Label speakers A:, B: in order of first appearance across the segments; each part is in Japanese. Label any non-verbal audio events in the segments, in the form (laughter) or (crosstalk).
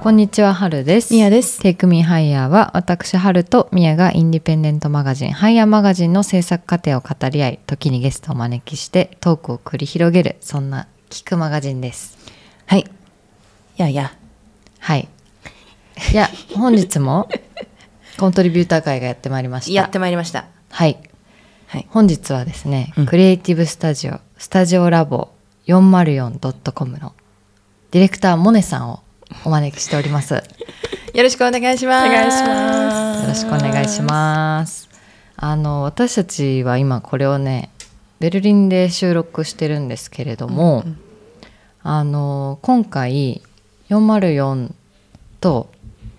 A: こんにちは、はるです。
B: みやです。
A: テイクミーハイヤーは私ハルとミヤがインディペンデントマガジンハイヤーマガジンの制作過程を語り合い時にゲストをお招きしてトークを繰り広げるそんな聞くマガジンです
B: はい。いやいや。
A: はいいや本日
B: (laughs)
A: もコントリビューター会がやってまいりました
B: やってまいりました。
A: はい
B: はい。
A: 本日はですね、
B: うん
A: クリエイティブスタジオスタジオラボ 404.com のディレクターモネさんをお招きしております
B: よろしくお願いします。
C: お願いします
A: よろしくお願いします。あの私たちは今これをねベルリンで収録してるんですけれども、あの今回404と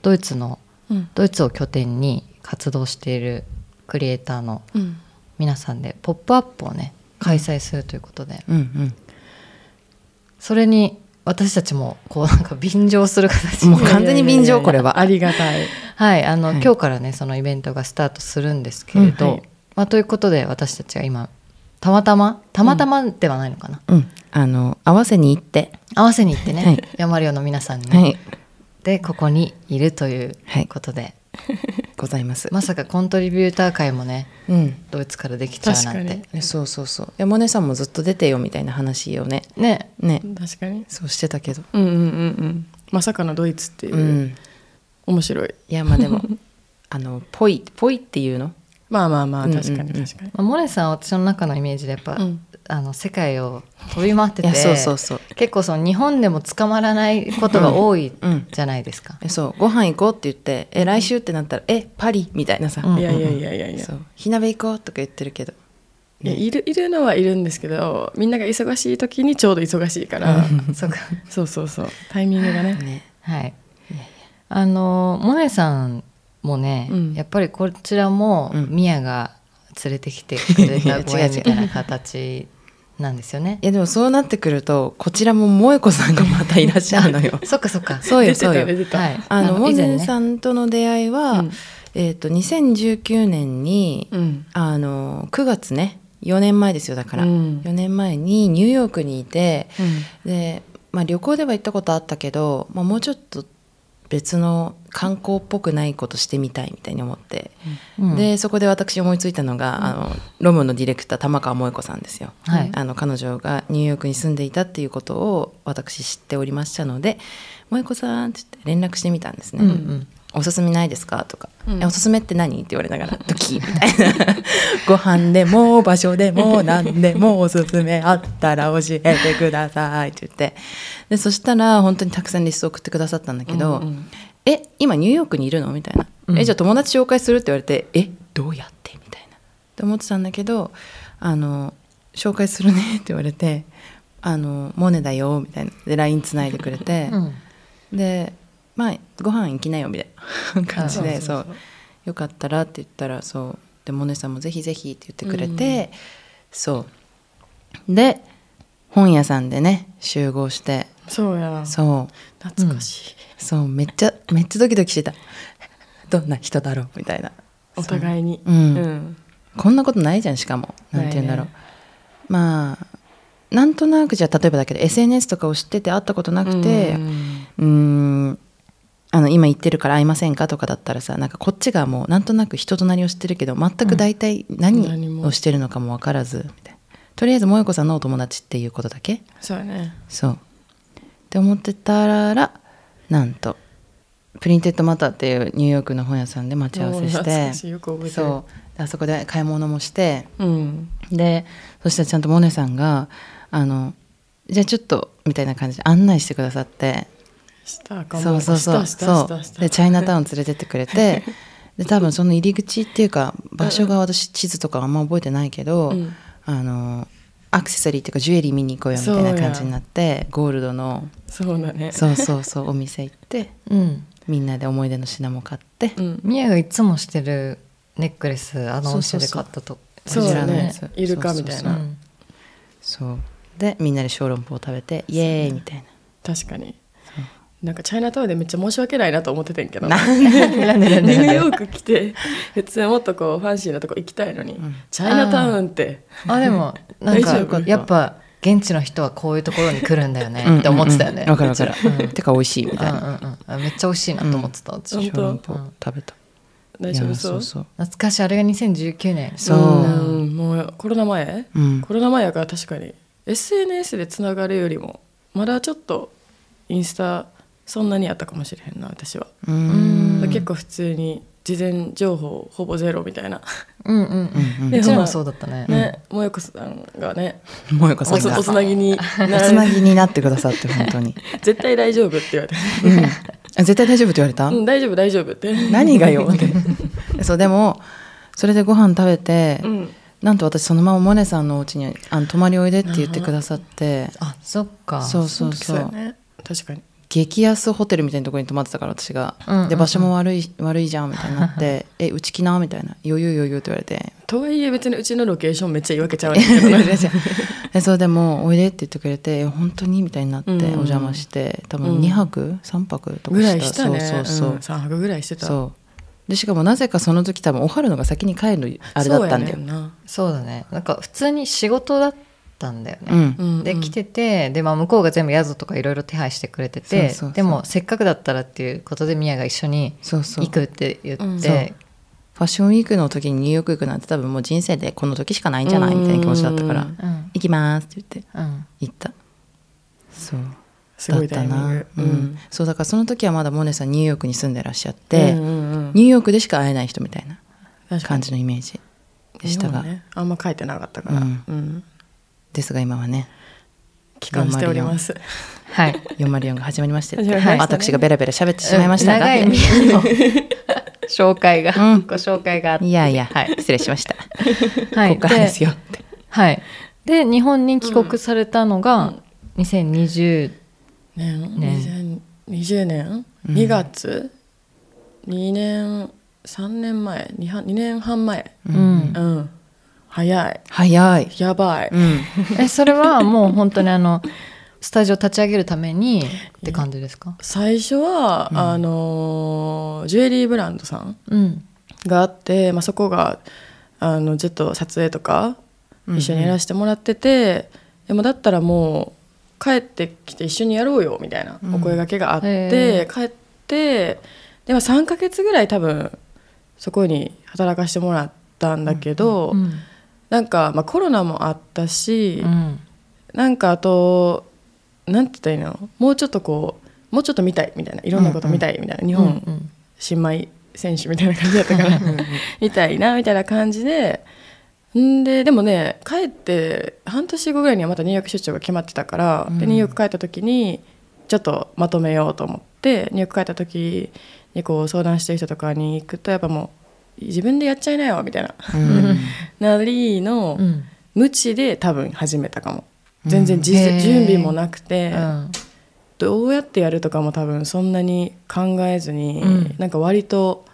A: ドイツの
C: うん
A: ドイツを拠点に活動しているクリエイターの
C: うん
A: 皆さんでポップアップをね開催するということで、
B: うんうん。
A: それに私たちもこうなんか便乗する形
B: も
A: に
B: う完全に便乗
C: いやいやいやいや
B: これは
C: ありがたい。
A: はい、あの、
B: はい
A: 今日からねそのイベントがスタートするんですけれど、
B: うんはい
A: まあ、ということで私たちは今たまたまたまたまではないのかな、
B: うん。あの合わせに行って。
A: 合わせに行ってね、
B: はい
A: 山寮の皆さんにね、
B: はい。
A: でここにいるということで、
B: ございます。
A: まさかコントリビューター会もね
B: うん。
A: ドイツからできちゃうなん
C: 確か
A: て
C: に
B: えそうそうそう。山根さんもずっと出てよみたいな話をね。
A: ね
B: ね。
C: 確かに。
B: そうしてたけど。
C: うんうんうんうん。まさかのドイツっていう、
B: うん。
C: 面白い。
B: いやまあで (laughs) もあのぽいぽいっていうの。
C: まあまあまあ
B: うんうんうん
C: 確かに確かに。
A: まあ、モネさんは私の中のイメージでやっぱ、
C: うん
A: あの世界を飛び回って
B: いや
A: て
B: そうそうそう。
A: 結構その日本でも捕まらないことが多い
B: うん。
A: じゃないですか。
B: えそうご飯行こうって言ってえ来週ってなったらえパリみたいなさ。
A: うん
C: いやいやいやいやいや
B: そ。う火鍋行こうとか言ってるけど。
C: いやいるいるのはいるんですけどみんなが忙しい時にちょうど忙しいから
A: そうか
C: そうそうそうタイミングがね
B: ね。
A: はい。あのモネさんもね、
C: うん
A: やっぱりこちらも
B: うん
A: ミヤが連れてきてくれ
B: (laughs) いや
A: た
B: 違う
A: ご縁
B: 違う
A: みたいな形なんですよね。
B: い。やでもそうなってくるとこちらも萌子さんがまたいらっしゃるの
C: (laughs)
B: よ
A: そっかそっか。
B: そうよ
C: 出て
B: そう
C: た
B: よ
C: 出。てた、
A: はい。
B: あのモ
A: 以前
B: ネさんとの出会いは、
C: うん
B: えっ、と2019年に、
C: うん
B: あの9月ね4年前ですよだから、
C: うん
B: 4年前にニューヨークにいて
C: うん
B: で、まあ、旅行では行ったことあったけど、まあ、もうちょっと別の観光っぽくないことしてみたいみたいに思って、
A: うん
B: でそこで私思いついたのが、あのロムのディレクター玉川萌子さんですよ。
A: はい。
B: あの彼女がニューヨークに住んでいたっていうことを私知っておりましたので「萌子さん」って言って連絡してみたんですね。
A: うんうん。
B: おすすめないですか?」とか、
C: うん
B: えおすすめって何?」って言われながら「ドキ」みたいな「 (laughs) ご飯でも場所でも何でもおすすめあったら教えてください」って言ってでそしたら本当にたくさんリスト送ってくださったんだけど「
C: うんうん
B: え今ニューヨークにいるの?」みたいな「
A: うん
B: えじゃあ友達紹介する?」って言われて「えどうやって?」みたいなって思ってたんだけど「あの紹介するね」って言われて「あのモネだよ」みたいなで LINE つないでくれて。
A: うん
B: で「まあご飯行きなよ」みたいな感じで
C: あ
B: そ
C: そううそうそう
B: よかったら」って言ったらそうでモネさんも「ぜひぜひ」って言ってくれて、そうで本屋さんでね集合して
C: そうや
B: そう
C: 懐かしい、
B: そうめっちゃめっちゃドキドキしてたどんな人だろうみたいな
C: お互いに
B: そううん
C: うん
B: こんなことないじゃんしかもなんて言うんだろう、
C: ない
B: まあなんとなくじゃあ例えばだけど SNS とかを知ってて会ったことなくて、
C: うん
B: うーんあの今言ってるから会いませんかとかだったらさなんかこっちがもうなんとなく人となりを知ってるけど全く大体
C: 何
B: 何
C: も
B: をしてるのかも分からずみたいなとりあえず萌子さんのお友達っていうことだけ
C: そうやね
B: そうって思ってたらなんとプリンテッドマターっていうニューヨークの本屋さんで待ち合わせ
C: もう
B: し
C: 懐
B: て
C: かしいよく覚えてる
B: そうであそこで買い物もして
C: うん
B: でそしたらちゃんとモネさんが「あのじゃあちょっと」みたいな感じで案内してくださって
C: したかも
B: そうそうそう
C: したしたした
B: そうでチャイナタウン連れてってくれてで多分その入り口っていうか場所が私地図とかあんま覚えてないけど、
C: うん
B: あのアクセサリーっていうかジュエリー見に行こうよみたいな感じになってゴールドの
C: そうだね
B: そうそうそうお店行って
A: うん。
B: みんなで思い出の品も買って、
C: ん
A: ミヤがいつもしてるネックレスあのお店
B: そ
A: で
B: うそうそ
A: 買
B: う
A: ったと。
C: そうだね
B: そう
C: イルカみたい
B: そうそう
C: な
B: そうそうでみんなで小籠包を食べてイエーイみたい
C: 確かになんかチャイナタウンでめっちゃ申し訳ないなと思っててんけど (laughs)
B: な。
C: ニ
B: なんで
C: ューヨーク来て普通もっとこうファンシーなとこ行きたいのに、チャイナタウンって
A: あでもなん
C: 大丈
A: か
C: 夫
A: やっぱ現地の人はこういうところに来るんだよねって思ってたよね
B: わかるわかる
A: うん。
B: てか美味しいみ
A: うん
B: た
A: う
B: いな。
A: んうんめっちゃ美味しいなと思ってた、私
C: うん
B: 小籠包食べた。
C: 大丈
B: い
C: 夫
B: や
C: そう
B: そうそう。
A: 懐かしいあれが2019年
B: そう
C: うんもうコロナ前、
B: うん
C: コロナ前やから確かに SNS でつながるよりもまだちょっとインスタそんなにあったかもしれへんな私は、
B: う。
A: うん
C: 結構普通に事前情報ほぼゼロみたいな、
A: うんうん
B: うんうん
A: うんうちらもそうだったね
C: ねもよこさんがね
B: もよかさ
C: お
B: ん
C: つ
B: が
C: おつな
B: (laughs)
C: ぎにな
B: おつなぎになってくださって本当に。
C: 絶対大丈夫って言われて
B: うんあ絶対大丈夫って言われた
C: う。ん大丈夫大丈夫って
B: 何がよって。 (laughs) そうでもそれでご飯食べて
C: う。ん
B: なんと私そのままモネさんのお家にあの泊まりおいでって言ってくださって
A: あそっか
B: そう
C: そ
B: そううそ
C: そううやね確かに
B: 激安ホテルみたいなところに泊まってたから私が、
A: うんうんうん
B: で場所も悪い悪いじゃんみたいになって「えうち来な」みたいな「余裕余裕」って言われて
C: とはいえ別にうちのロケーションめっちゃ言い訳ちゃうねんけどな
B: (laughs)
C: (laughs)
B: えそれでもう「おいで」って言ってくれて「え本当に?」みたいになって
C: う
B: お
C: んうん
B: 邪魔して多
C: う
B: 分
C: ん
B: 2泊、3泊とか
C: ぐらいしたね
B: そうそうそう、
C: ん三泊ぐらいしてた
B: そうでしかもなぜかその時多分おはるのが先に帰るあれだったんだよ
C: そうやねな
A: そうだねなんか普通に仕事だったんだよね、
B: うん
C: うんうん
A: で来ててで、まあ、向こうが全部宿とかいろいろ手配してくれてて
B: そうそうそう
A: でもせっかくだったらっていうことでミヤが一緒に
B: そうそう
A: 行くって言って、
C: うん
B: そうファッションウィークの時にニューヨーク行くなんて多分もう人生でこの時しかないんじゃないみたいな気持ちだったから
C: うん
A: う
B: 「
A: ん
B: 行きます」って言って
A: うん
B: 行ったそう
C: すごいタイミン
B: だっ
C: グ
B: たな、うんそうだからその時はまだモネさんニューヨークに住んでらっしゃっ
C: で
B: て、ニューヨークでしか会えない人みたいな感じ
C: の
B: のイメージでしたが、
C: あんま書いてなかったから、
B: う
C: うんん
B: ですが今はね
C: 帰還しております
A: はい
B: 404が始まりまして
C: 始まりましたね
B: 私がベラベラ喋ってしまいましたが、
A: 長いミヤの (laughs) 紹介が、
B: うん
A: ご紹介があって
B: いやいや、
A: はい、
B: 失礼しました、
A: はい、
B: ここからですよって
A: はい、で日本に帰国されたのが2020、
C: ね
A: ね
C: 2020年
B: うん
C: 2月、2年3年前 2, 半2年半前
A: うん
C: うん早い
B: 早い、
C: やばい、
B: うん、
A: えそれはもう本当にあのスタジオ立ち上げるためにって感じですか
C: 最初は、
B: うん
C: あのージュエリーブランドさん
A: うん
C: があって、まあ、そこがあのずっと撮影とか一緒にやらせてもらってて、でもだったらもう帰ってきて一緒にやろうよみたいな
B: うん
C: お声がけがあっ
A: へ
C: て、帰ってでも3ヶ月ぐらい多分そこに働かせてもらったんだけど、
A: うん
C: なんか、まあ、コロナもあったし、
A: うん
C: なんかあとなんて言ったらいいのもうちょっとこうもうちょっと見たいみたいないろんなこと見たいみたいな、日本、
A: うん
C: 新米選手みたいな感じだったからみたいなみたいな感じでんででもね帰って半年後ぐらいにはまたニューヨーク出張が決まってたから、
B: う
C: で
B: ん
C: ニューヨーク帰った時にちょっとまとめようと思ってニューヨーク帰った時にこう相談してる人とかに行くとやっぱもう自分でやっちゃいなよみたいな
B: うん
C: なりの
A: うん
C: 無知で多分始めたかも。全然実
A: へー
C: 準備もなくて、
A: うん
C: どうやってやるとかも多分そんなに考えずに、
A: うん
C: なんか割と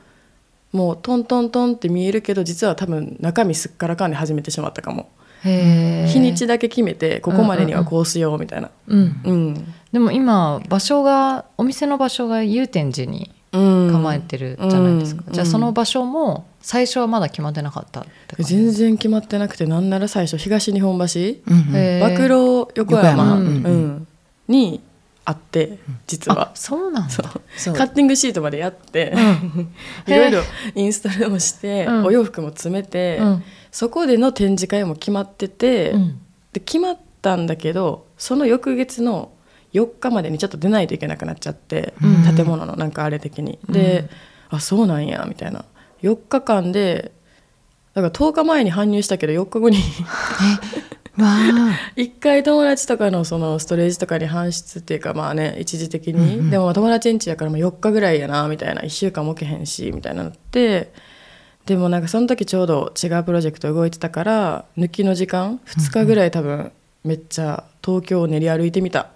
C: もうトントントンって見えるけど実は多分中身すっからかんで始めてしまったかも、
A: へー
C: 日にちだけ決めてここまでにはこうしようみたいな
A: うん
C: うん、
A: でも今場所がお店の場所が祐天寺に
C: うん
A: 構えてるじゃないですか、
C: うん
A: じゃあ
C: うん
A: その場所も最初はまだ決まってなかったって感じ
C: 全然決まってなくてなんなら最初東日本橋
B: うんうん
A: へー
C: 馬喰横
A: 横
C: 山
A: 山
B: うん
C: うんにあって実
A: あ
C: は。
A: そうなんだ
C: そう
B: そう
C: カッティングシートまでやって、
A: うん
C: (laughs) いろいろインスタルもして、
A: うん
C: お洋服も詰めて、
A: うん
C: そこでの展示会も決まってて、
A: うん
C: で決まったんだけどその翌月の4日までにちょっと出ないといけなくなっちゃって、
B: うん
C: 建物のなんかあれ的に。
A: うん
C: で、あそうなんやみたいな4日間でだから10日前に搬入したけど4日後に
B: わあ
C: (laughs) 一回友達とかのそのストレージとかに搬出っていうかまあね一時的に、
B: うんうん
C: でもまあ友達ん家やからもう4日ぐらいやなみたいな1週間も置けへんしみたいなのってでもなんかその時ちょうど違うプロジェクト動いてたから抜きの時間2日ぐらい多分めっちゃ東京を練り歩いてみた。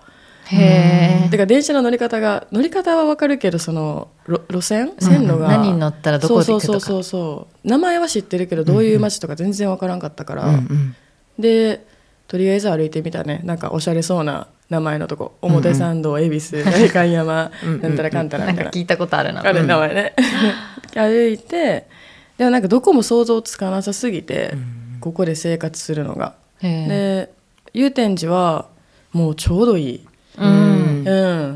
A: へ
C: て
A: え
C: か電車の乗り方が乗り方はわかるけどその路路線線路が、
A: 何に乗ったらどこで行くと
C: そう
A: か
C: そうそうそう名前は知ってるけどどういう街とか全然わからんかったから、
B: うん
C: でとりあえず歩いてみたねなんかおしゃれそうな名前のとこ表参道恵比寿代官山
B: うんうん
C: なんたらかんたら
A: なん
C: みた
A: か
C: いな
A: 聞いたことあるな
C: あれ名前ね歩いてでもなんかどこも想像つかなさすぎて、ここで生活するのが、
A: へえ
C: で祐天寺はもうちょうどいい、
A: う
C: うん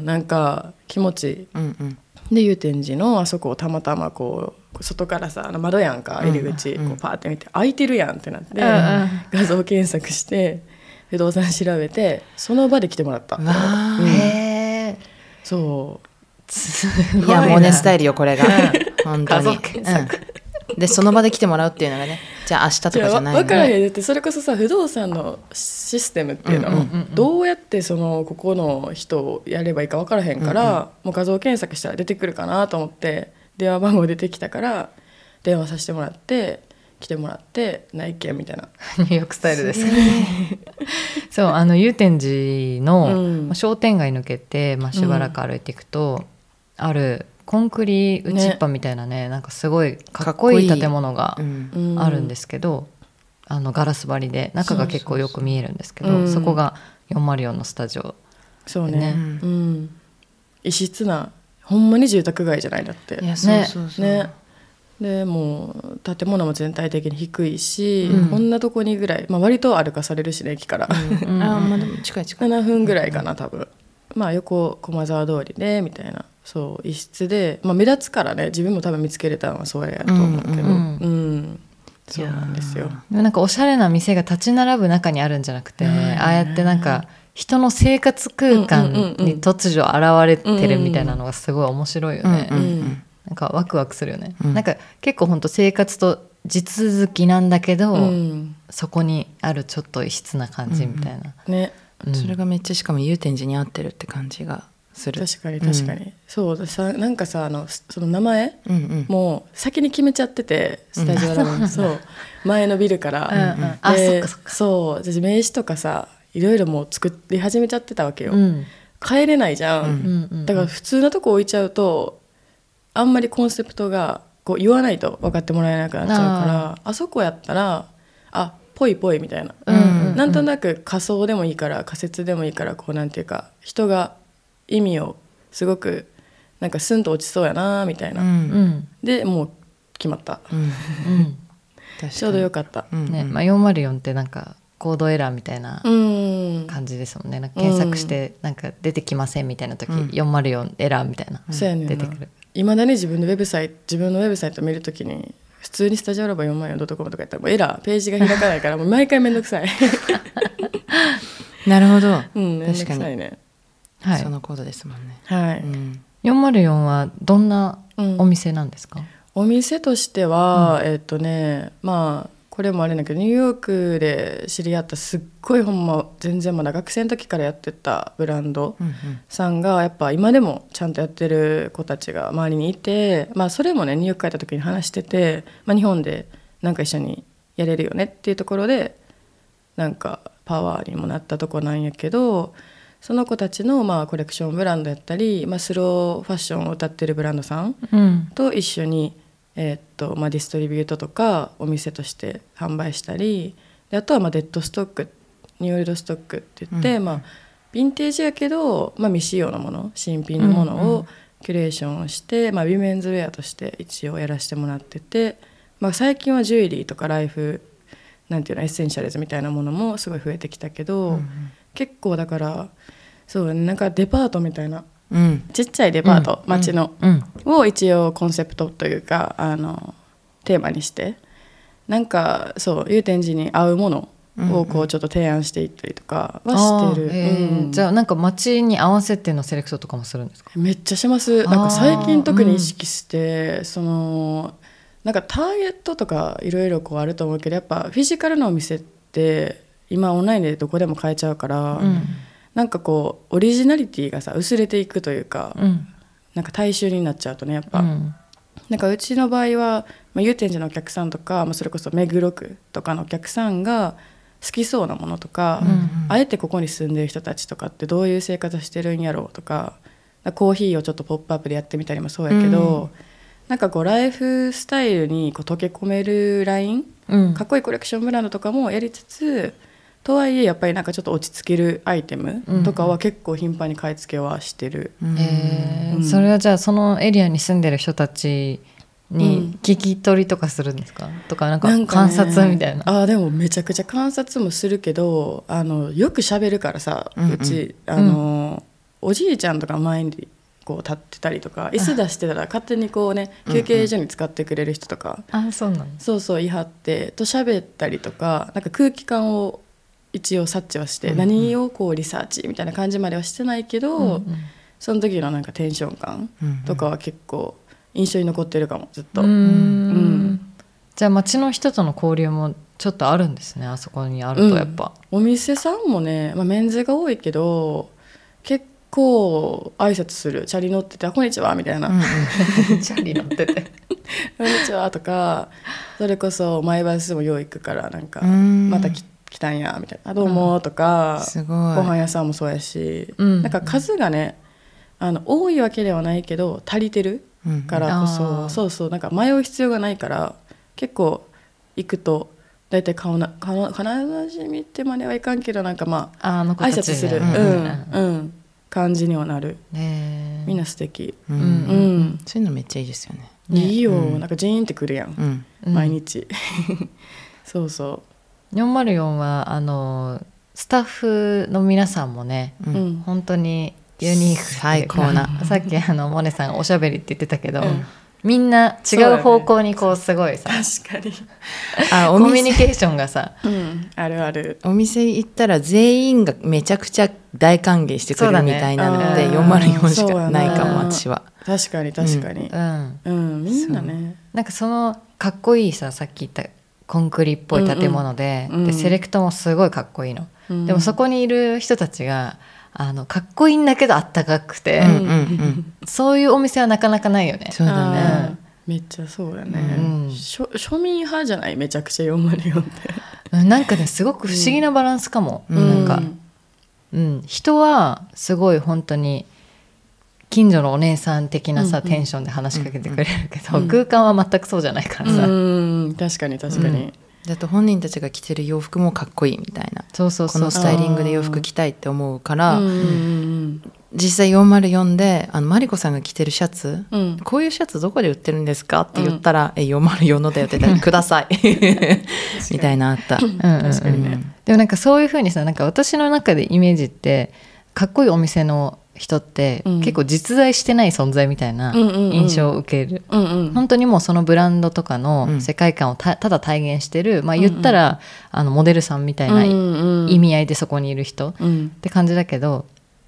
A: ん
C: なんか気持ちいい
B: うんうん
C: で祐天寺のあそこをたまたまこう外からさあの窓やんか入り口、こうパーって見て開いてるやんってなって、
A: んうん
C: 画像検索して不動産調べてその場で来てもらった
B: わあ、
C: うん
A: へえ
C: そう
A: す
B: いやもうねスタ
A: イ
B: イルよこれが本当
A: 画
B: に
A: 像検索
B: うんでその場で来てもらうっていうのがねじゃあ明日とか
C: じ
B: じ
C: ゃ
B: ゃ
C: あ
B: ない
C: 分から
B: ん
C: へんだってそれこそさ不動産のシステムっていうのは、
B: うんう
A: う
B: ん
A: んうん
C: どうやってそのここの人をやればいいか分からへんから、もう画像検索したら出てくるかなと思って電話番号出てきたから電話させてもらって来てもらって内見みたいな。
A: ニューヨークスタイルですそうあの祐天寺の、
C: うん
A: まあ商店街抜けて、まあ、しばらく歩いていくと、あるコンクリ打ちっぱみたいなねなんかすごいかっこいい
B: かっこいい
A: 建物が
B: うん
C: う
A: あるんですすけど、あのガラス張りで中が結構よく見えるんですけど
C: そ
A: そう
C: そうそう
A: こが404のスタジオ
C: そうね
A: ね
C: うん、異質なほんまに住宅街じゃないんだって
B: いやそうそうそう、
C: ねでもう建物も全体的に低いし、
A: うん
C: こんなとこにぐらい、まあ、割と歩かされるしね駅から、 (laughs)
A: うん
B: あまあでも近い近い
C: 7分ぐらいかな多分まあ横駒沢通りでみたいなそう一室で、まあ、目立つからね自分も多分見つけれたのはそうやと思うけどう
B: うん
C: ん、そうなんですよ
A: でもなんかおしゃれな店が立ち並ぶ中にあるんじゃなくて、ああやってなんか人の生活空間に突如現れてるみたいなのがすごい面白いよね、
B: うんうん
C: うん
A: なんかワクワクするよね、
B: うん
A: なんか結構ほんと生活と地続きなんだけど、
C: うん
A: そこにあるちょっと異質な感じみたいな、
C: ね
A: うん
B: それがめっちゃしかも祐天寺に合ってるって感じがする
C: 確かに確かに、そうださなんかさあのその名前、
B: うんうん
C: もう先に決めちゃっててスタジオ
A: (laughs)
C: だもん、そう前のビルから、
A: うんうん
C: で
A: あそっかそっ
C: そう私名刺とかさいろいろもう作り始めちゃってたわけよ、
A: うん
C: 帰れないじゃ、
A: うんんうん
C: だから普通のとこ置いちゃうとあんまりコンセプトがこう言わないと分かってもらえなくなっちゃうからあそこやったらあぽいぽいみたいな、
A: うん
C: なんとなく仮想でもいいから仮説でもいいからこうなんていうか人が意味をすごくなんかスンと落ちそうやなみたいな、
A: うんうん
C: でもう決まった、
B: うん
A: うん
C: ちょうどよかった
B: うん
A: ねまあ、404ってなんかコードエラーみたいな
C: うん
A: 感じですもんねなんか検索してなんか出てきませんみたいな時、
B: うん
A: 404エラーみたいな、
C: そうやねんな
A: 出てくる
C: いまだに自分のウェブサイト自分のウェブサイト見るときに普通にスタジオラボ4万円 .com とかやったらもうエラーページが開かないからもう毎回めんどくさい
B: なるほど、
C: うんめんど
B: 確
C: く
B: か
C: さい
B: に、
C: ね
A: はい
B: そのコードですもんね、
C: はい、
B: うん
A: 404はどんな
C: うん
A: お店なんですか、
C: お店としては、えっとねまあこれもあれだけどニューヨークで知り合ったすっごいほんま全然まだ学生の時からやってたブランド、
B: うんうん
C: さんがやっぱ今でもちゃんとやってる子たちが周りにいて、まあ、それもねニューヨーク帰った時に話してて、まあ、日本でなんか一緒にやれるよねっていうところでなんかパワーにもなったとこなんやけどその子たちのまあコレクションブランドやったり、まあ、スローファッションを歌ってるブランドさん
A: うん
C: と一緒に、えーっとまあ、ディストリビュートとかお店として販売したりであとはまあデッドストックニューオールドストックって言って、
B: うん
C: まあ、ヴィンテージやけど、まあ、未使用のもの新品のもの
B: うんうん
C: をキュレーションをして、まあ、ウィメンズウェアとして一応やらせてもらってて、まあ、最近はジュエリーとかライフなんていうのエッセンシャルズみたいなものもすごい増えてきたけど、結構だからそうなんかデパートみたいな
B: うん
C: ちっちゃいデパート、街の。
A: うん
C: を一応コンセプトというかあのテーマにしてなんかそう祐天寺に合うものをこうちょっと提案していったりとかはしてる、
A: あーえー
C: うん
A: じゃあなんか街に合わせてのセレクトとかもするんですか
C: めっちゃしますなん
A: あー
C: か最近特に意識して、そのなんかターゲットとかいろいろこうあると思うけどやっぱフィジカルのお店って今オンラインでどこでも買えちゃうから、なんかこうオリジナリティがさ薄れていくというか、
A: うん
C: なんか大衆になっちゃうとねやっぱ、
A: うん
C: なんかうちの場合は、まあ、祐天寺のお客さんとか、まあ、それこそ目黒区とかのお客さんが好きそうなものとか、あえてここに住んでる人たちとかってどういう生活してるんやろうとかなんかコーヒーをちょっとポップアップでやってみたりもそうやけど、なんかこうライフスタイルにこう溶け込めるライン
A: うん
C: かっこいいコレクションブランドとかもやりつつとはいえやっぱりなんかちょっと落ち着けるアイテムとかは結構頻繁に買い付けはしてる。
B: うん
A: えー
C: うん
A: それはじゃあそのエリアに住んでる人たち
C: う
A: に
C: ん
A: 聞き取りとかするんですかとかなんか
C: なんか
A: 観
C: ね
A: 察みたいな。
C: あーでもめちゃくちゃ観察もするけどあのよく喋るからさ、う
B: うんうん
C: ちあの、おじいちゃんとか前にこう立ってたりとか椅子出してたら勝手にこうね休憩所に使ってくれる人とか、
A: あそうなんです。
C: そうそう言い張ってと喋ったりとかなんか空気感を一応察知はして、
B: うんうん
C: 何をこうリサーチみたいな感じまではしてないけど、
A: うんうん
C: その時のなんかテンション感とかは結構印象に残ってるかもずっと。
A: うーん
C: うん
A: じゃあ町の人との交流もちょっとあるんですねあそこにあるとやっ
C: (laughs)
A: ぱ、
C: お店さんもね、まあ、メンズが多いけど結構挨拶するチャリ乗っててあ「こんにちは」みたいな「こんに
A: チャリ乗ってて
C: ちは」とかそれこそ前橋もよう行くからなんか「
B: うん
C: また来来たんや」みたいなあ「どうも」とか、
B: すごい
C: ご飯屋さんもそうやし、
A: うん
C: なんか数がねあの多いわけではないけど足りてるからこそ、
A: うんあー
C: そうそうなんか迷う必要がないから結構行くと大体顔な顔なじみってまではいかんけどなんかまあ
A: あの子
C: 挨
A: たち
C: 拶する、う
A: ね
C: んうん、感じにはなる
A: ねえ
C: みんな素敵
B: うん
A: うん
C: うん、
B: そういうのめっちゃいいですよね
A: ね
C: いいよ、
B: うん
C: なんかジーンってくるやん、
B: うん
A: うん
C: 毎
A: (laughs)
C: 日そうそ
A: 404はあのスタッフの皆さんもね
C: う、
B: う
C: うんん
A: 本当にユニークっていうか
B: 最高な
A: さっきあのモネさんおしゃべりって言ってたけど、
C: うん
A: みんな違
C: そうだ
A: う
C: ね
A: 方向にこうすごいさ、
C: 確かに、
B: あお
A: コミュニ
B: 店
A: ケーションがさ
C: うん、あるある
B: お店行ったら全員がめちゃくちゃ大歓迎してくれ
A: そうだ
B: る
A: ね
B: みたいなので、
A: うん
B: 404しかないかも
A: そうやな
B: 私は
C: 確かに確かに
A: う、ん
C: うんみんなね
A: なんかそのかっこいいささっき言ったコンクリっぽい建物で,、
C: うんうんう
A: で
C: ん
A: セレクトもすごいかっこいいの、
C: うん
A: でもそこにいる人たちがあのかっこいいんだけどあったかくて、
B: うんうんうん
A: そういうお店はなかなかないよね
B: そうだね
C: あーめっちゃそうだね、
A: うん
C: しょ庶民派じゃないめちゃくちゃ404って、
A: うんなんかねすごく不思議なバランスかも、
B: う
A: な
B: ん
A: んか、うん、人はすごい本当に近所のお姉さん的なさ、
C: うんうん
A: テンションで話しかけてくれるけど、
C: うん
A: 空間は全くそうじゃないからさ、
C: うん確かに確かに、
B: だと本人たちが着てる洋服もかっこいいみたいな
A: そうそう
B: こ
A: そ
B: の
A: う
B: ス
A: そう
B: タイリングで洋服着たいって思うから、
C: うんうん
B: 実際404であのマリコさんが着てるシャツ、
C: うんうん
B: こういうシャツどこで売ってるんですかって言ったら「え404のだよ」って言ったら「くだ
A: (laughs)
B: さい」みたいなあった。
A: うんうんうん
C: 確かにね、
A: でもなんかそういう風にさなんか私の中でイメージってかっこいいお店の人って、
C: うん
A: 結構実在してない存在みたいな
C: うんうんうん
A: 印象を受ける、
C: うんうん
A: 本当にもうそのブランドとか
B: うん
A: の世界観をたただ体現してる、まあ、言ったら、あのモデルさんみたいな意味合いでそこにいる人っ
C: うん
A: て感じだけど。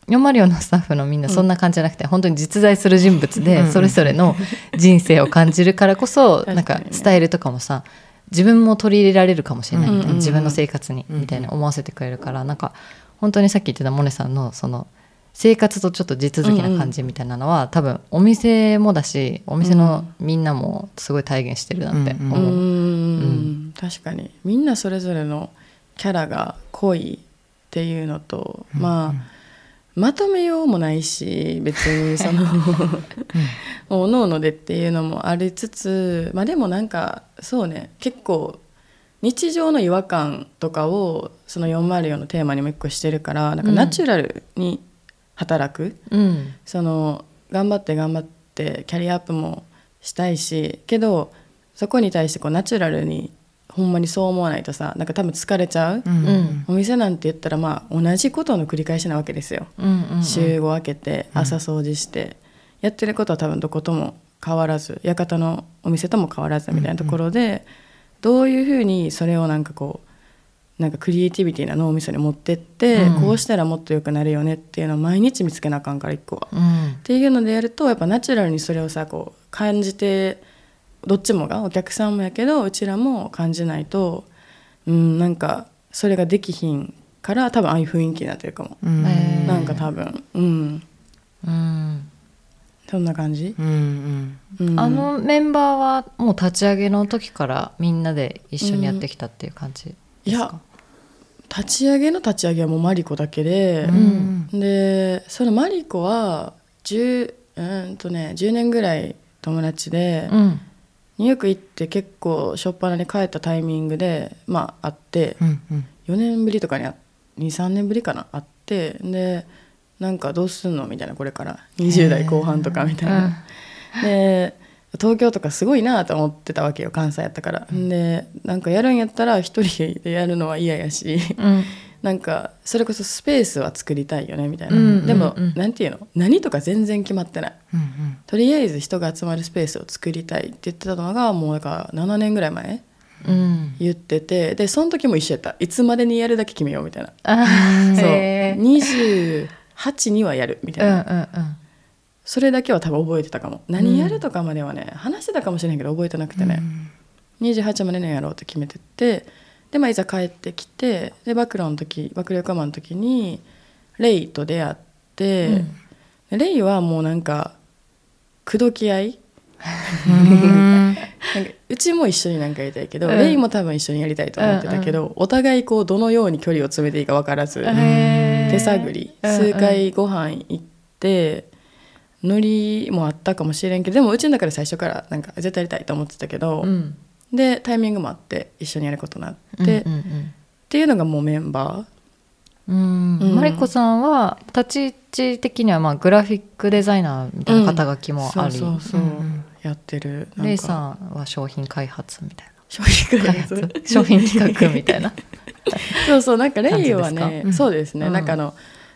A: 404のスタッフのみんなそんな感じじゃなくて、本当に実在する人物
B: うん
A: で
B: うん
A: それぞれの人生を感じるからこ
C: (laughs)
A: そ
C: かに
A: な
C: ね
A: んかスタイルとかもさ自分も取り入れられるかもしれないみたいな、
C: うんうんうん
A: 自分の生活に
B: うんうん
A: みたいな思わせてくれるから、なんか本当にさっき言ってたモネさんのその生活とちょっと地続きな感じみたいなのは、多分お店もだしお店のみんなもすごい体現してるなって思
C: う
A: う。
C: ん確かにみんなそれぞれのキャラが濃いっていうのと、まあまとめようもないし別に (laughs) そのもうおのおのでっていうのもありつつまあでもなんかそうね結構日常の違和感とかをその404のテーマにも一個してるからなんかナチュラルに働く、
A: うん
C: その頑張って頑張ってキャリアアップもしたいしけどそこに対してこうナチュラルにほんまにそう思わないとさなんか多分疲れちゃう、
B: うんうん
A: うん
C: お店なんて言ったらまあ同じことの繰り返しなわけですよ、
A: うんうん
C: 週5分けて朝掃除して、やってることは多分どことも変わらず館のお店とも変わらずみたいなところで、どういうふうにそれをなんかこうなんかクリエイティビティな脳みそに持ってって、
A: うん
C: こうしたらもっと良くなるよねっていうのを毎日見つけなあかんから一個は。
A: うん
C: っていうのでやるとやっぱナチュラルにそれをさこう感じてどっちもがお客さんもやけどうちらも感じないとうんなんかそれができひんから多分ああいう雰囲気になってるかも、
B: うん
A: ね
C: なんか多分うん
A: うん
C: そんな感じ、
B: うん
C: うん
A: あのメンバーはもう立ち上げの時からみんなで一緒にやってきたっていう感じ
C: いや立ち上げの立ち上げはもうマリコだけで
B: うんう、ん
C: でそのマリコは 10, うーんと、ね、10年ぐらい友達で、
A: うん
C: ニューヨーク行って結構初っ端に帰ったタイミングでまあ会って
B: うんうん
C: 4年ぶりとかに23年ぶりかな会ってでなんかどうすんのみたいなこれから20代後半とかみたいな、で東京とかすごいなと思ってたわけよ関西やったから、でなんかやるんやったら一人でやるのは嫌やし、 (laughs)
A: うん
C: なんかそれこそスペースは作りたいよねみたいな、
A: うんうんうん
C: でもなんていうの何とか全然決まってない
A: うん
C: とりあえず人が集まるスペースを作りたいって言ってたのがもうだから7年ぐらい前
A: うんうん
C: 言っててでその時も一緒やったいつまでにやるだけ決めようみたいな
A: あ
C: そう
A: へ
C: (laughs)
A: ー
C: 28にはやるみた
A: う
C: い
A: ん
C: な、
A: うん
C: それだけは多分覚えてたかも何やるとかまではね、話してたかもしれへんけど覚えてなくてね、28までにやろうって決めててで、まあ、いざ帰ってきてで暴露の時暴露横浜の時にレイと出会って、でレイはもうなんか口説き合い
A: うん
C: なんかうちも一緒になんかやりたいけど、
A: うん
C: レイも多分一緒にやりたいと思ってたけど、お互いこうどのように距離を詰めていいか分からず、
A: へー
C: 手探り、
A: うんうん
C: 数回ご飯行ってノリもあったかもしれんけどでもうちの中で最初からなんか絶対やりたいと思ってたけど、
A: うん
C: でタイミングもあって一緒にやることになって、っ
A: うんうん
C: ていうのがもうメンバ
A: うん
C: うん
A: マリコさんは立ち位置的にはまあグラフィックデザイナーみたいな肩書きもあり、
C: うんそうそうそうんーやってる
A: うんレイさんは商品開発みたい
C: 商品
A: な
C: 開
A: 開 (laughs)
C: (laughs)
A: 発
C: 発
A: 商品企画みた
C: (laughs)
A: いな
C: そうそうなんかレイは
A: 感じです
C: ね
A: かうん
C: そうですね、
A: うん
C: なんかあの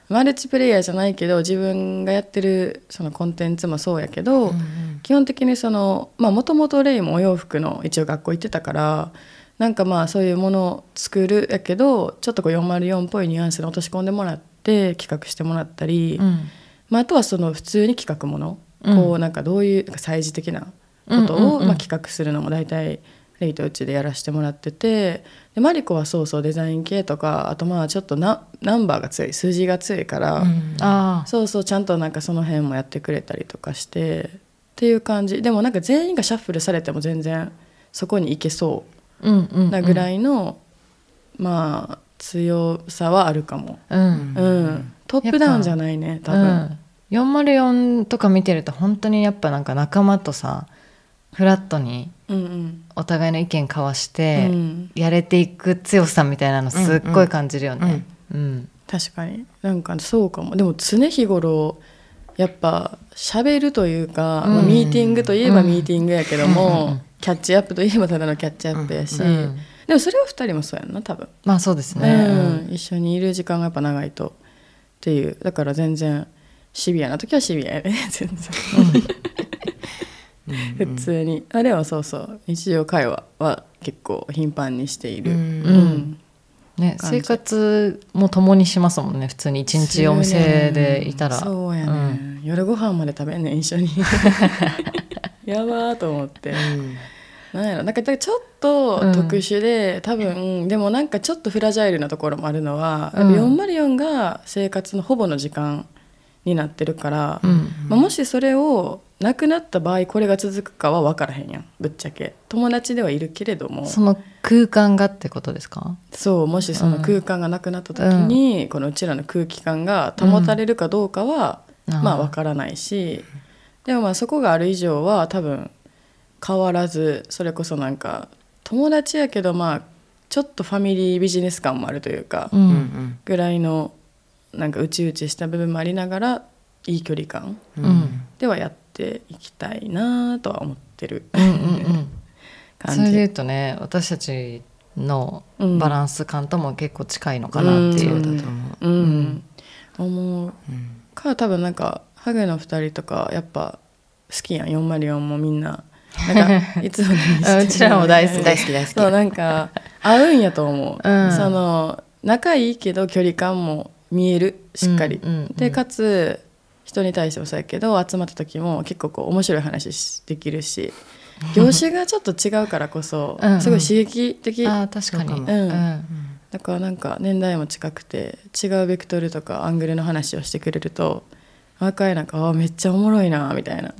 C: マルチプレイヤーじゃないけど自分がやってるそのコンテンツもそうやけど、
A: ん
C: 基本的にそのまあもともとレイもお洋服の一応学校行ってたからなんかまあそういうものを作るやけどちょっとこう404っぽいニュアンスに落とし込んでもらって企画してもらったり、
A: うん
C: まあ、あとはその普通に企画もの、
A: うん
C: こうなんかどういうなんか催事的なことを、
A: うんうんうん
C: まあ、企画するのも大体レイとうちでやらせてもらっててでマリコはそうそうデザイン系とかあとまあちょっとなナンバーが強い数字が強いから、
B: うん
A: あ
C: そうそうちゃんとなんかその辺もやってくれたりとかしてっていう感じでもなんか全員がシャッフルされても全然そこに行けそ
A: あうんうんう
C: うんなぐら
A: い
C: いの、まあ強さはあるかも、
A: うん
C: うんトップダウンじゃないね多分、
A: うん404とか見てると本当にやっぱなんか仲間とさフラットに
C: うんうん
A: お互いの意見交わし
C: う
A: て、
C: ん
A: やれていく強さみたいなのすっごい感じるよね。うん
C: 確かになんかそうかもでも常日頃やっぱ喋るというか、まあ
A: うん
C: ミーティングといえば
A: うん
C: ミーティングやけども、
A: うん
C: キャッチアップといえばただのキャッチアップやし、
A: うん
C: でもそれは2人もそうやんな多分
A: まあそうですね。
C: うん一緒にいる時間がやっぱ長いとっていうだから全然シビアな時はシビ
A: (laughs)
C: アやね全然普通にあれはそうそう日常会話は結構頻繁にしている、
A: うんね
C: 感じ
A: 生活も共にしますもんね普通に一日お店でいたら。
C: そうやね、夜ご飯まで食べんねん一緒に
A: (laughs)
C: やばーと思って、なんやろなんかだからちょっと特殊で、多分でもなんかちょっとフラジャイルなところもあるのは、
A: うん
C: 404が生活のほぼの時間になってるから、
A: うん
C: まあ、もしそれをなくなった場合これが続くかは分からへんやんぶっちゃけ友達ではいるけれども
A: その空間がってことですか
C: そうもしその空間がなくなった時に、このうちらの空気感が保たれるかどうかは、
A: うんあ
C: まあ
A: ー
C: 分からないしでもまあそこがある以上は多分変わらずそれこそなんか友達やけどまあちょっとファミリービジネス感もあるというか、
A: うん
C: ぐらいのなんかうちうちした部分もありながらいい距離感
A: うん
C: ではやっていきたいなとは思ってる
A: うんうんうん
C: 感
A: それ
C: じ。
A: で言うとね私たちの
C: うん
A: バランス感とも結構近いのかなっていう。
C: うん
B: と思う
C: うん
A: うん
C: 思う
B: うん
C: か多分なんかハグの2人とかやっぱ好きやん404もみ
A: (laughs)
C: んななんかいつも何してる
A: うちらも大好き
B: 大好き大好き
C: そうなんか合うんやと思う、
A: うん
C: その仲いいけど距離感も見えるしっかり、
A: うんうんうん
C: でかつ人に対してもそうやけど集まった時も結構こう面白い話しできる
A: (laughs)
C: し業種がちょっと違うからこそ
A: うんうん
C: すごい刺激的
A: あー確かに。
B: そう
C: かも
A: うん
C: だからなんか年代も近くて違うベクトルとかアングルの話をしてくれると若いなんかあーめっちゃおもろいなみたいな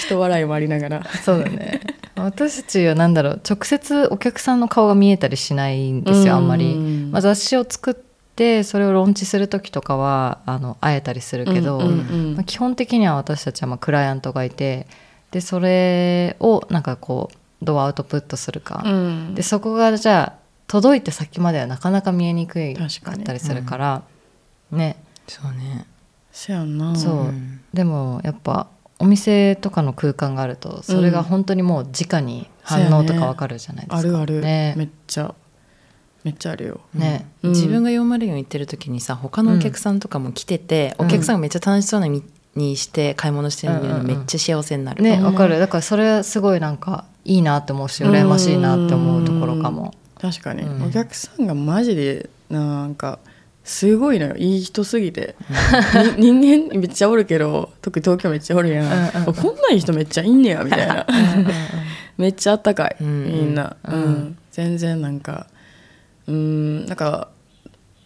C: (laughs) 人笑いもありながら
A: そうだ
C: (laughs)
A: ね私たちは何だろう直接お客さんの顔が見えたりしないんですよあんま
C: う
A: り、
C: ん
A: まあ、雑誌を作ってそれをローンチする時とかはあの会えたりするけど、
C: うんうん
A: まあ基本的には私たちはまあクライアントがいてでそれをなんかこうどうアウトプットするか、
C: うん
A: でそこがじゃあ届いて先まではなかなか見えにくいか
C: 確か
A: っ
C: に
A: たりするからね
B: そうね
C: せやんな
A: そう
B: うん
A: でもやっぱお店とかの空間があるとそれが本当にもう直に反応とかわかるじゃないですか、
C: あるある、
A: ね
C: めっちゃめっちゃあるよ、
A: ね
C: うん
B: 自分が404行ってる時にさ他のお客さんとかも来てて、
A: うん
B: お客さんがめっちゃ楽しそうなににして買い物してるの見る
A: う
B: の
A: んうんう
B: め
A: ん
B: っちゃ幸せになる、
A: ね
C: うん
A: わかるだからそれはすごいなんかいいなって思うし
C: うん
A: 羨ましいなって思うところかも
C: 確かに、
A: うん
C: お客さんがマジでなんかすごいのよいい人すぎて、に人間めっちゃおるけど特に東京めっちゃおるやん,あ、
A: うんうんうん
C: こんないい人めっちゃいんねやみたい
A: (laughs)
C: なめっちゃあったかい、
B: うん
C: みんな、
A: う
C: うんん全然なんかうんなんか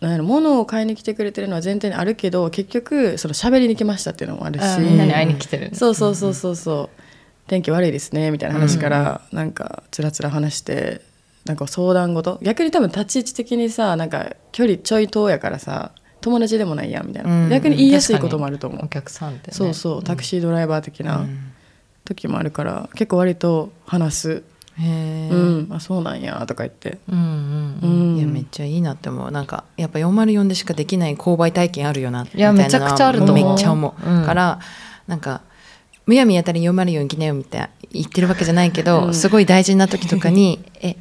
C: なんやろ物を買いに来てくれてるのは前提にあるけど結局その喋りに来ましたっていうのもあるし
A: あみんなに会いに来てる、
C: そうそうそうそうそう、天気悪いですねみたいな話から、なんかつらつら話してなんか相談事逆に多分立ち位置的にさなんか距離ちょい遠やからさ友達でもないやんみたいな、
B: うん
C: 逆に言いやすいこともあると思う、
A: お客さんって、ね、
C: そうそうタクシードライバー的
B: う
C: なん時もあるから、結構割と話す、
B: へ
C: う
B: ー
C: んあそうなんやとか言って、
A: うん
C: う
A: うんうん
C: ん、
B: いやめっちゃいいなって思うなんかやっぱ404でしかできない購買体験あるよなみた
A: いや
B: な
A: めちゃくちゃある
C: と思う
B: めっちゃ思う、
A: うん
B: からなんかむやみやたり404行きなよみたいな言ってるわけじゃないけど、
C: うん
B: すごい大事な時と
A: (laughs)
B: かに「え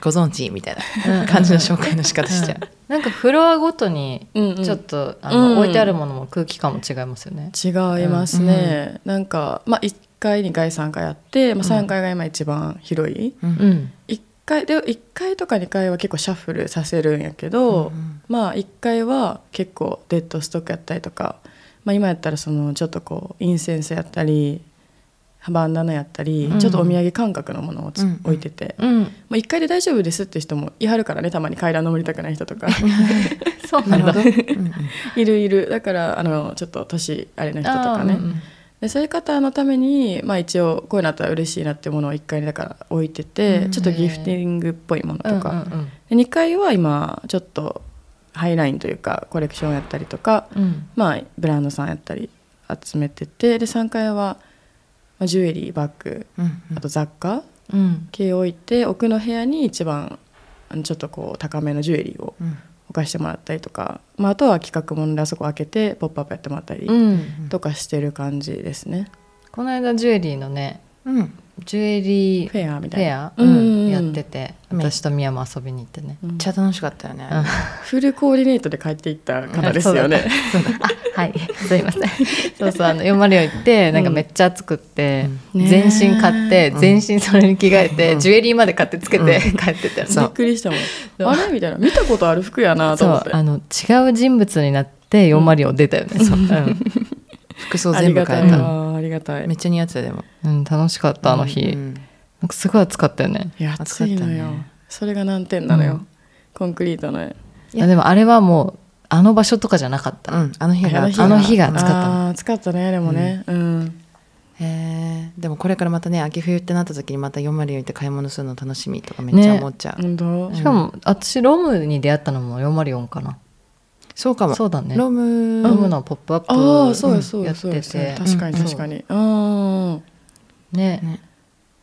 B: ご存知?」みたいな感じの紹介の仕方しちゃう。
A: なんかフロアごとに
C: うんうん
A: ちょっと、あの
C: うん
A: 置いてあるものも空気感も違いますよね。
C: 違いますね、なんか、まあ、1回2回3回やって、まあ、3回が今一番広い、
A: うん、
C: 1回で1回とか2回は結構シャッフルさせるんやけ
B: う
C: ど、
B: ん
C: まあ1回は結構デッドストックやったりとか、まあ、今やったらそのちょっとこうインセンスやったりバンダナやったり、
A: うん
C: ちょっとお土産感覚のものをつ、
B: うん
C: 置いてて、
A: うん、
C: まあ、1回で大丈夫ですって人もいはるからねたまに階段登りたくない人とか
A: そうなんだ。
B: うん
C: (laughs) いるいるだからあのちょっと年あれの人とかね、
A: あーうんうん
C: でそういう方のために、まあ、一応こういうのあったら嬉しいなってものを1回だから置いてて、
B: うん
C: ちょっとギフティングっぽいものとか、
A: うんうん
C: で2階は今ちょっとハイラインというかコレクションやったりとか、
A: うんうん
C: まあ、ブランドさんやったり集めててで3階は、まあ、ジュエリーバッグ
B: うん
C: あと雑貨
A: うん
C: 系置いて奥の部屋に一番あのちょっとこう高めのジュエリーを
B: うん
C: 置かしてもらったりとか、まあ、あとは企画ものであそこ開けてポップアップやってもらったり
A: うん
C: とかしてる感じですね、
A: この間ジュエリーのね
B: うん
A: ジュエリー
C: フ
A: フェ
C: ェアみたいな
A: ア、うん
C: うんうん
A: やってて
B: うん
A: 私と宮も遊びに行ってね。
C: うん
B: めっちゃ楽しかったよね。
C: フルコーディネートで帰っていった方ですよね。 (laughs)
A: そうだ (laughs) はい、すいません。そうそう、あの、404行って、なんかめっちゃ暑くって、
C: うん
A: 全身買って、
B: うん
A: 全身それに着替えて、
B: うん
A: ジュエリーまで買ってつけて、帰ってたよね
B: そ
C: び
B: う
C: っくりしたもん。あれみたいな。見たことある服やなと
A: そ
C: 思っ
A: う
C: て。、
A: あの、違う人物になって、404出たよね。うん
B: 服装
C: あ
B: 全
C: り
B: 部
C: がた
B: 変
C: い
B: えた。
C: わ。ありがたい。
B: めっちゃ似合ってたでも。
A: うん、楽しかった、あの日。
B: うん
A: なんかすごい暑かったよね。
C: いや
B: 暑か
C: 暑
B: ったね
C: いのよ、それが難点なのよ、
A: うん
C: コンクリートのね
A: いや、でもあれはもう、あの場所とかじゃなかった。
B: うんあの日が
A: あの日が暑かったの
C: あー暑かったねでもねうん、
B: へーでもこれからまたね秋冬ってなった時にまた404行って買い物するの楽しみとかめっちゃ思っちゃう、
C: 本当
A: しかも、私、ロムに出会ったのも404かな。
B: そうかも
A: そうだね。
B: ロ
A: ロ
B: ム
A: ムのポップアップ
C: ああそう
A: う
C: や
A: ん
C: そう
A: や
C: や
A: っ
C: そうや
A: て
C: そう
A: て
C: や。確かに
A: うん
C: 確かにうんうん
A: ね。
B: ね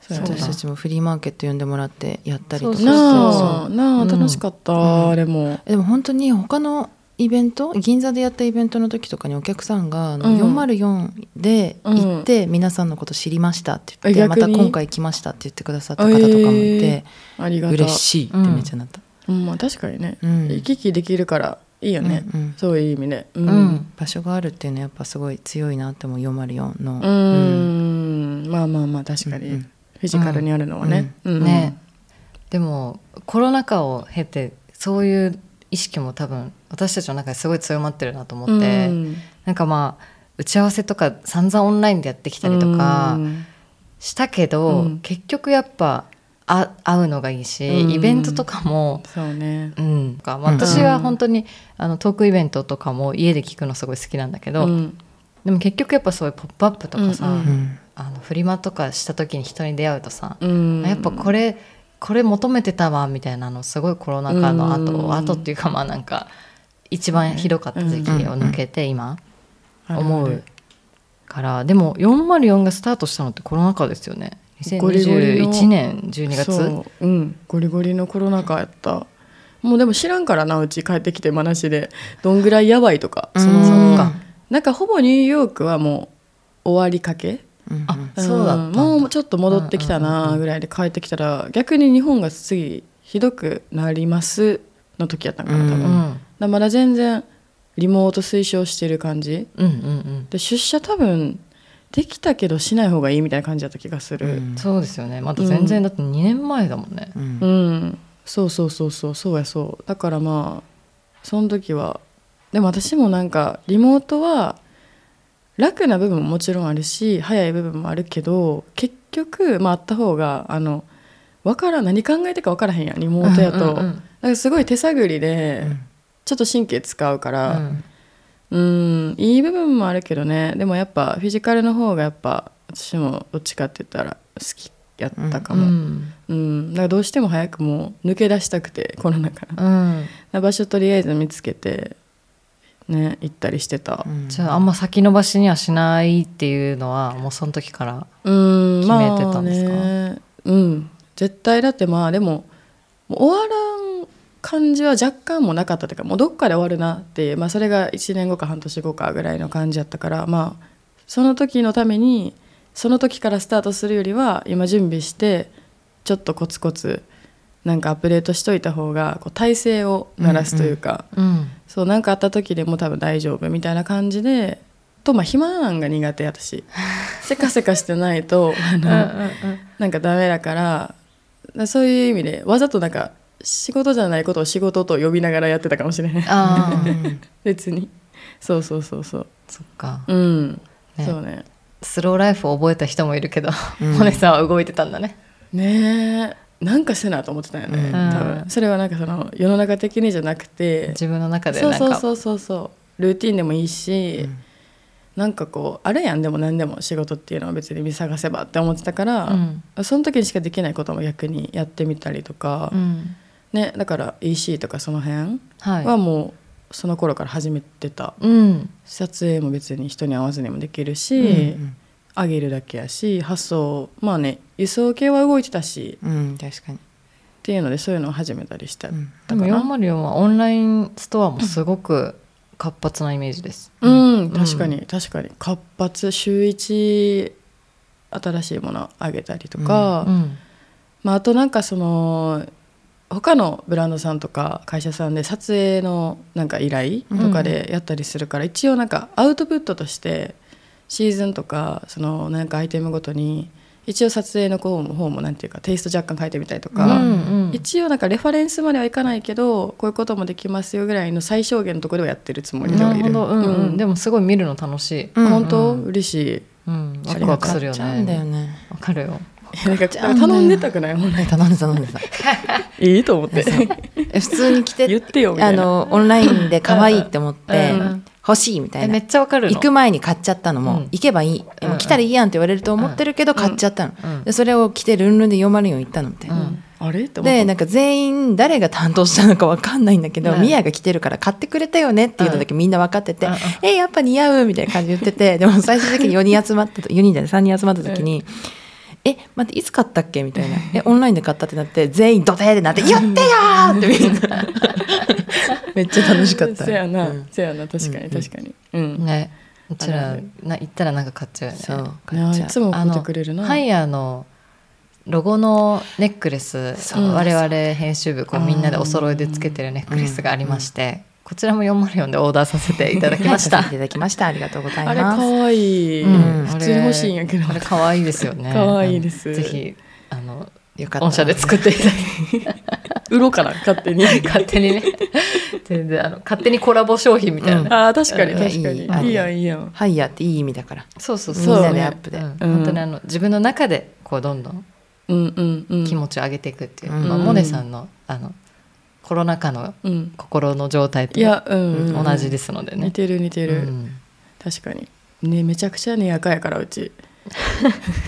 C: そうや
A: だ
C: ね
B: 私たちもフリーマーケット呼んでもらってやったりとか
A: そう
C: なあな
A: う
C: あ
A: ん
C: 楽しかった、
B: うん
C: あれも
B: でも本当に他のイベント銀座でやったイベントの時とかにお客さんがあの
C: うん
B: 404で行って皆さんのこと知りましたって言っ
C: え
B: て、ま
C: 逆
B: た
C: に
B: 今回来ましたって言ってくださった方とかもいて、
C: ありがた
B: 嬉しいってめっちゃなった、
C: うんまあ、確かにね、
B: うん
C: 行き来できるからいいよね、
B: うんうん
C: そういう意味でうん、
A: うん
B: 場所があるっていうのはやっぱすごい強いなって思う404の、
C: うーんまあまあまあ確かに、
B: うん
C: フィジカルにあるのはね、うん
A: ね、でもコロナ禍を経てそういう意識も多分私たちの中ですごい強まってるなと思って、
C: うん
A: なんかまあ打ち合わせとか散々オンラインでやってきたりとか
C: うん
A: したけど、
C: うん
A: 結局やっぱあ会うのがいいし、
C: うん
A: イベントとかも。
C: そうね
A: うん、まあ私は本当に、あのトークイベントとかも家で聞くのすごい好きなんだけど、
C: うん
A: でも結局やっぱそういう「ポップアップとかさ、
C: うん
B: うん
A: あのフリマとかした時に人に出会うとさ、
C: うん
A: やっぱこれこれ求めてたわみたいなのすごいコロナ禍の後、
C: うん
A: 後っていうかまあなんか一番ひどかった時期を抜けて今思うからでも404がスタートしたのってコロナ禍ですよね
C: ゴリゴリの
A: 2021年12月
C: そう、うん、ゴリゴリのコロナ禍やったもうでも知らんからなうち帰ってきてまなしでどんぐらいやばいとか
B: うん
C: その
B: そっ
A: か
C: なんかほぼニューヨークはもう終わりかけ
B: うん
A: あそうだったんだ
C: もうちょっと戻ってきたなぐらいで帰ってきたら逆に日本が次ひどくなりますの時やったんかな多分、
A: う
B: うんん
C: だからまだ全然リモート推奨してる感じ
A: うんうん
C: で出社多分できたけどしない方がいいみたいな感じだった気がす
B: う
C: る
A: うん
B: ん
A: そうですよねまだ全然だって2年前だもんね
B: う
C: うんん、そうそうそうそうそうやそうだからまあその時はでも私もなんかリモートは楽な部分ももちろんあるし早い部分もあるけど結局、まあ、あった方があのわからん何考えてか分からへんやんリモートやと、
A: うんうんうん
C: だからすごい手探りで、
B: うん
C: ちょっと神経使うか
A: う
C: ら、
A: ん
C: うんいい部分もあるけどねでもやっぱフィジカルの方がやっぱ私もどっちかって言ったら好きやったか
A: う
C: も、うん
A: ん
C: だからどうしても早くもう抜け出したくてコロナから、
A: うん
C: 場所とりあえず見つけてね行ったりしてた
B: うん
A: じゃああんま先延ばしにはしないっていうのはもうその時から
C: うん、
A: 決めてたんですか
C: まあねうん絶対だってまあでももう終わらん感じは若干もなかったというかもうどっかで終わるなっていう、まあ、それが1年後か半年後かぐらいの感じやったからまあその時のためにその時からスタートするよりは今準備してちょっとコツコツなんかアップデートしといた方がこう体勢を鳴らすというか、
A: うん
C: そうなんかあった時でも多分大丈夫みたいな感じでとまあ暇なんが苦
A: (laughs)
C: 手私せかせかしてないとあ
A: うんう
C: の、
A: ん
C: なんかダメだからだからそういう意味でわざとなんか仕事じゃないことを仕事と呼びながらやってたかもしれない
A: ああ
C: 別にそうそうそうそう
A: そっか
C: うん、
A: ね
C: そうね
A: スローライフを覚えた人もいるけど
B: うん
A: モネさんは動いてたんだね
C: ねえなんかしてなと思ってたよ
B: う
C: ね、
B: ん
C: 多分それはなんかその世の中的にじゃなくて
A: 自分の中で
C: そう
A: なん
C: そう
A: か
C: そうそうそうルーティンでもいいし、なんかこうあれやんでも何でも仕事っていうのは別に見探せばって思ってたから、
A: うん
C: その時にしかできないことも逆にやってみたりとか、
A: うん
C: ね、だから EC とかその辺
A: はい
C: はもうその頃から始めてた、
A: うん
C: 撮影も別に人に合わずにもでき
B: う
C: る
B: ん
C: し、あげるだけやし発送まあね輸送系は動いてたしっ
B: うんうん確かに、
C: ていうのでそういうのを始めたりした、
B: うん
A: でも404はオンラインストアもすごく活発なイメージです。
C: うん、
A: ん
C: 確かに確かに活発週1新しいものあげたりとか、
A: うん、
C: まあ、あとなんかその他のブランドさんとか会社さんで撮影のなんか依頼とかでやったりするから、一応なんかアウトプットとしてシーズンとかそのなんかアイテムごとに一応撮影の方も方もなんていうかテイスト若干変えてみたりと
A: う
C: か、
A: んうん
C: 一応なんかレファレンスまではいかないけどこういうこともできますよぐらいの最小限のところではやってるつもりで
A: な
C: はい
A: る
C: る。
A: ほど、うんうん
C: うん
A: でもすごい見るの楽しい。
B: うん
C: 本当、
A: うん
C: 嬉しい
A: うん、
C: そ
A: ワ
C: れ
A: クワクするよ
B: 買っちゃうんだよ
A: ね。
B: ね
A: わかるよ。
C: なんか頼んでたくない
B: (laughs)
C: もんね
B: 頼んで頼んでさ
C: いいと (laughs) 思って
B: え普通に着て
C: 言ってよみた
B: あ
C: いな
B: のオンラインで可愛いって思って
A: うんうん
B: 欲しいみた
A: え
B: い
A: め
B: な
A: っちゃわかるの。
B: 行く前に買っちゃったのも、
A: うん
B: 行けばいい、え
A: うんうん
B: 来たらいいやんって言われると思ってるけど買っちゃったの、
A: うん
B: でそれを着てルンルンで404行ったのみたいな、
A: うん
C: あれって思った
B: でなんか全員誰が担当したのかわかんないんだけど、
A: うん
B: ミヤが来てるから買ってくれたよねっていうのだけみんな分かってて「
A: うんうん
B: えやっぱ似合う」みたいな感じで言って
A: (laughs)
B: てでも最終的に4人集まったと4人じゃない3人集まった時に「え待っていつ買ったっけ?」みたいな「えオンラインで買った」ってなって全員ドテーってなって「やってよー!」ってみんなめっちゃ楽しかった。
C: せやな、
B: うん
C: せやな確かに
B: うんうん
C: 確かにうん、
A: ね、うち
C: あ
A: ら
C: る
A: な行ったらなんか買っちゃうよね。
B: そう
C: い
B: 買
C: や
B: っちゃ
C: いうつも
A: あ
C: 送っ
A: の
C: てくれるな
A: ハイヤーのロゴのネックレス
B: そう
A: 我々編集部こうみんなでお揃いでつけてるネックレスがありまして、こちらも404でオーダーさせていただきまし
B: は
A: た
B: い。いただきましたありがとうござい
C: あ
B: ます
C: れ可愛
B: (laughs)
C: い、
B: うん
C: 普通に欲しいんやけど
A: あれ可愛いですよね。
C: (laughs) 可愛いです
A: ぜひあの
B: よかった
A: 御社で作っていただい
C: 売ろうかな勝手に (laughs)
A: て勝手にね (laughs) 全然あの勝手にコラボ商品みたいな、
B: うん
C: あー確かに
B: うん
C: 確かに、
B: いい
C: いいやんいいやん
B: ハイヤーっていい意味だから
A: そうそう
B: みん
A: そ
B: な
A: う
B: で
A: ね
B: アップで
A: うん
C: うん
A: 本当にあの自分の中でこうどんどん
C: うんうんうん
A: 気持ちを上げていくっていう、
B: うん
A: まあ、モネさんのあのコロナ禍の
C: うん
A: 心の状態と
C: いやうん、うん
A: 同じですのでね
C: 似。てる似てる、
A: うん
C: 確かにねめちゃくちゃねやかやからうち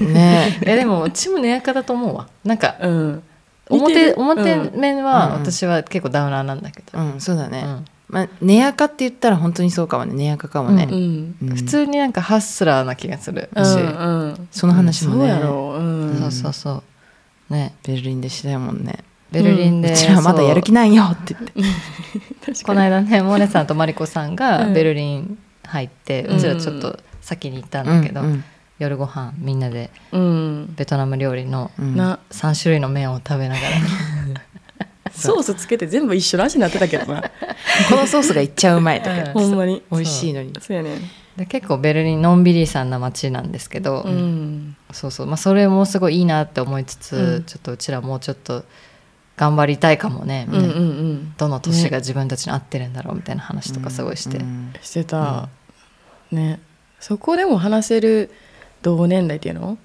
A: (laughs)
B: ね
A: いやでもうちも根やかだと思うわなんか
C: うん似て
A: 表
C: る
A: 表面は
B: うん
A: 私は結構ダウナーなんだけど、
B: うんそうだね、
A: うん
B: まあ、寝やかって言ったら本当にそうかもね寝やかかもね
C: うん、う、ん
B: うん
A: 普通になんかハッスラーな気がする
C: うん
A: し、
C: うん
B: その話も
C: そう
B: ね、
C: やろう、うん
A: そうそうそうね
B: ベルリンでしたよもんね
A: ベルリンで、
B: うちらはまだやる気ないよって言って
C: 確
A: (laughs) こ
C: か
A: の
C: に
A: 間ねモネさんとマリコさんが
C: うん
A: ベルリン入って、うちらちょっと先に行ったんだけど、
B: うん
A: 夜ご飯みんなで
C: うん
A: ベトナム料理の
B: うん
C: な
A: 3種類の麺を食べながら (laughs)
C: ソースつけて全部一緒の味になってたけどな
B: このソースがいっちゃうま (laughs) いとか、
C: ほんまに
B: 美味しいのに
C: そうやね
A: で結構ベルリンのんびりさんな街なんですけど、
C: うん
A: そうそう、まあ、それもすごいいいなって思いつつ、
C: うん
A: ちょっとうちらもうちょっと頑張りたいかもねみ
C: う
A: たい
C: ん
A: な、
C: うんうん
A: どの年が自分たちに合ってるんだろうみたいな話とかすごいして、
B: うん
C: してた、ねそこでも話せる同年代っていうの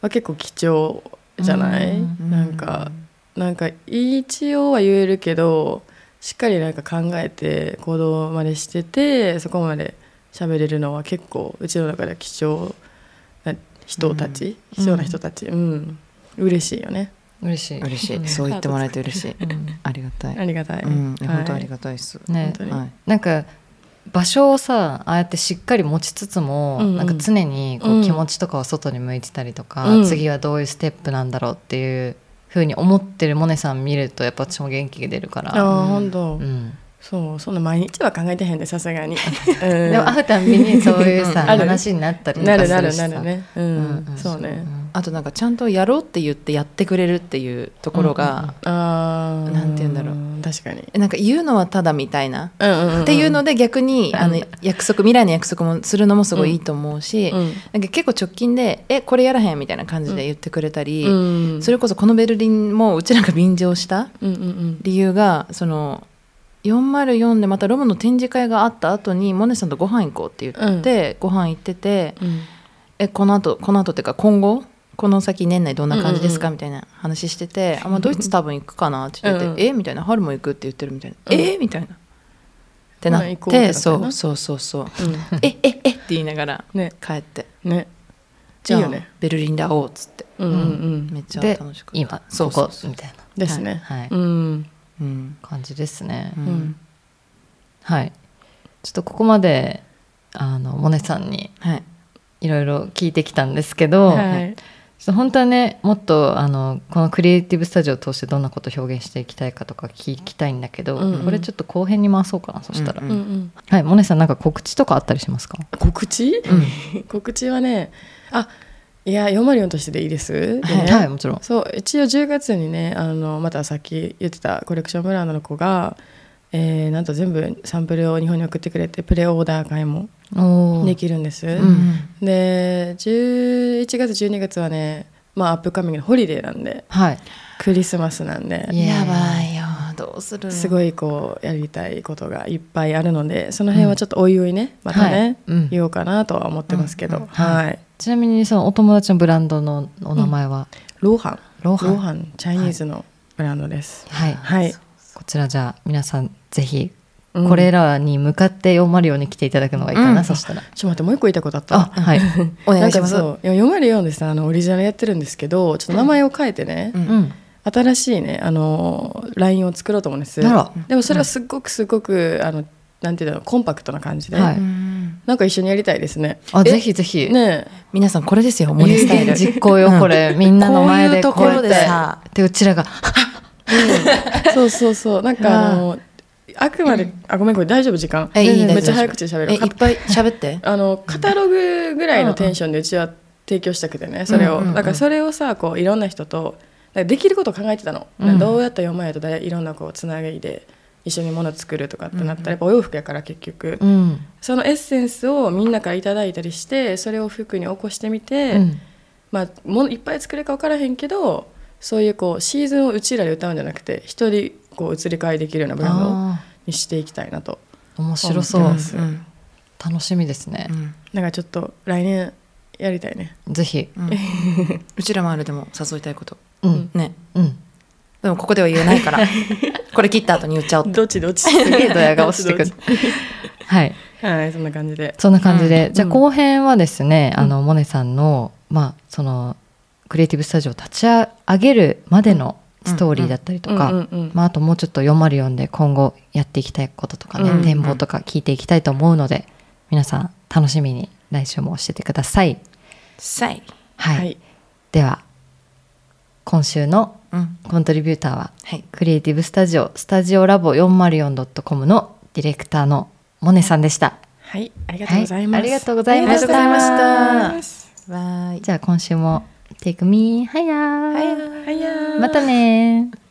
C: は結構貴重じゃない、
A: うん
C: なんかなんか一応は言えるけどしっかりなんか考えて行動までしててそこまで喋れるのは結構うちの中では貴重な人たち、
A: うん
C: 貴重な人たちうん、嬉しいよね
A: 嬉しい
B: 嬉し
A: う
B: い
A: ん
B: そう言ってもらえて嬉しい
A: うん
B: ありがたい
C: ありがたい、
B: うんいや
C: はい
B: 本当ありがたいです
A: ね
C: 本当に
B: はい
A: なんか場所をさああやってしっかり持ちつつも、
C: うんうん
A: なんか常にこ
C: うん
A: う気持ちとかは外に向いてたりとか、
C: うん
A: 次はどういうステップなんだろうっていうふうに思ってるモネさん見るとやっぱ私も元気が出るか
C: あ
A: ら、
C: あ本当、
A: うん、
C: そうそんな毎日は考えてへんでさす
B: (laughs)
C: がに、うん
A: でも会うたんびにそういうさ
C: ある
A: 話になったりと
C: な
A: か
C: る
A: す
C: な
A: る
C: る
A: し
C: な
A: さ
C: るね、う
A: うんんん
C: そうね、
B: あとなんかちゃんとやろうって言ってやってくれるっていうところが、
C: あー
B: なんて言うんだろう
C: 確かに、
B: なんか言うのはただみたいな、
C: うんうん
B: (laughs)
C: ん
B: っていうので逆にあの
C: うん
B: 約束未来の約束もするのもすごいいいと思うし、
C: うん
B: なんか結構直近で「えこれやらへん」みたいな感じで言ってくれたり、
C: うん
B: それこそこのベルリンもうちらが便乗した
C: うんうんうん
B: 理由がその404でまたロムの展示会があった後にモネさんとご飯行こうって言って、ご飯行ってて。
C: うん
B: えこの後この後っていうか今後この先年内どんな感じですか、
C: うん
B: みたいな話してて「あまあ、ドイツ多分行くかな」って言ってて
C: うんうん
B: えみたいな「春も行く」って言ってるみたいな「
C: うん
B: えみたいな。ってな
C: まあ
B: っ
C: 行こうってなってた
B: そ
C: よ
B: う
C: な
B: そうそうそう「
C: うん
B: えええって言いながら
C: ね
B: (laughs) 帰って
C: ね
B: 「じゃあ
C: いいよね
B: ベルリンで会おう」っつって
C: うんうんうん
B: めっちゃ
A: で
B: 楽しかった
A: 今
B: そう
A: こ
B: そ
A: こ
B: うそう
A: みたいな
C: ですね
A: はい
C: うん
B: うん
A: 感じですね、
B: うん
C: ん
A: はいちょっとここまであのモネさんに
B: はい
A: いろいろ聞いてきたんですけど、
C: はい
A: ちょっと本当はねもっとあのこのクリエイティブスタジオを通してどんなことを表現していきたいかとか聞きたいんだけど、
C: うんうん
A: これちょっと後編に回そうかなそしたら、
B: うん
C: うんうん
A: はいモネさんなんか告知とかあったりしますか
C: 告知
B: うん
C: (laughs) 告知はねあいや404としてでいいです
B: はい
C: ね
A: はいもちろん
C: そう一応10月にねあのまたさっき言ってたコレクションブランドの子が、えーなんと全部サンプルを日本に送ってくれてプレオーダー会も
A: お
C: で
A: ー
C: きるんです、
B: うん
C: で11月12月はねまあアップカミングのホリデーなんで
A: はい
C: クリスマスなんで
A: イエーイ
B: やばいよどうする
C: す
B: い
C: ごいこうやりたいことがいっぱいあるのでその辺はちょっとおいおいね、またね、
A: はいうん
C: 言おうかなとは思ってますけど、
B: うんうん
C: はい
A: ちなみにそのお友達のブランドのお名前は、
C: ローハン
A: ローハン
C: チャイニーズのブランドです
A: はい、
C: はい、
A: こちらじゃあ皆さんぜひ
C: うん
A: これらに向かって404に来ていただくのがいいかな、
B: うん
A: そしたら
C: ちょっと待ってもう一個言いたいことあった
A: あ
C: わ
A: はい
B: お願いし
C: なん
B: ま
C: か
B: す
C: そう404でさあのオリジナルやってるんですけどちょっと名前を変えてね、
B: う
A: うんん
C: 新しいねあのラインを作ろうと思うんです
A: なら
C: でもそれはすっごくすごく、あのなんていうのコンパクトな感じで、
A: はい
B: うん
C: なんか一緒にやりたいですね
A: あ
B: え
A: ぜひぜひ、
C: ね
B: 皆さんこれですよモネスタイル
A: 実行よこ
B: (laughs)
A: れみんなの前で
B: こ
A: こ
B: ういう
A: うやっ
B: ところで
A: て
B: さ
A: でうちらが
C: えそうそうそうなんか
B: (laughs)
C: あのあくまであごめんこれ大丈夫時間
B: えいい大丈夫
C: めっちゃ早口で喋
B: えい
C: る
B: っぱい喋って
C: あのカタログぐらいのテンションでうちは提供したくてねそれ
B: うん
C: を、
B: うんうん
C: だからそれをさこういろんな人とだからできることを考えてたの、
A: うん
C: どうやったら4枚やとだいいろんなこうつなぎで一緒にもの作るとかってなったらやっぱお洋服やから結局、
A: うん、
C: そのエッセンスをみんなからいただいたりしてそれを服に起こしてみて、
A: うん
C: まあ、もいっぱい作れるか分からへんけどそういうこうシーズンをうちらで歌うんじゃなくて一人こう移り変えできるようなブランド
A: あ
C: にしていきたいなと
A: ー面白そう、
C: 思ってます
B: うんうん
A: 楽しみですね
B: う、ん
C: なんかちょっと来年やりたいね
A: ぜひ
B: うん (laughs) うちらもあるでも誘いたいこと
A: うん
B: ね
A: うん
B: でもここでは言えないから (laughs) これ切った後に言っちゃおうって
C: どっちどっち
A: えドヤ顔してくる
B: (laughs)
A: はい
C: はいそんな感じで
A: そんな感じで、
C: うん
A: じゃあ
C: うん
A: 後編はですね、あのモネさんのまあそのクリエイティブスタジオを立ち上げるまでのストーリーだったりとか、
C: うんうんうん
A: まあ、あともうちょっと404で今後やっていきたいこととかね、
C: うんうん
A: 展望とか聞いていきたいと思うので皆さん楽しみに来週も教えてください、
B: さい
A: はい
C: はい
A: では今週の
B: うん
A: コントリビューターは
B: はい
A: クリエイティブスタジオスタジオラボ 404.com のディレクターのモネさんでした
C: はいありがとうございます、
A: はいありがとうございました
C: ありがとうございました
A: バイ
C: じゃあ今週も Take me はや
A: バイ
C: ー
A: バイ
B: はいやー
C: またねー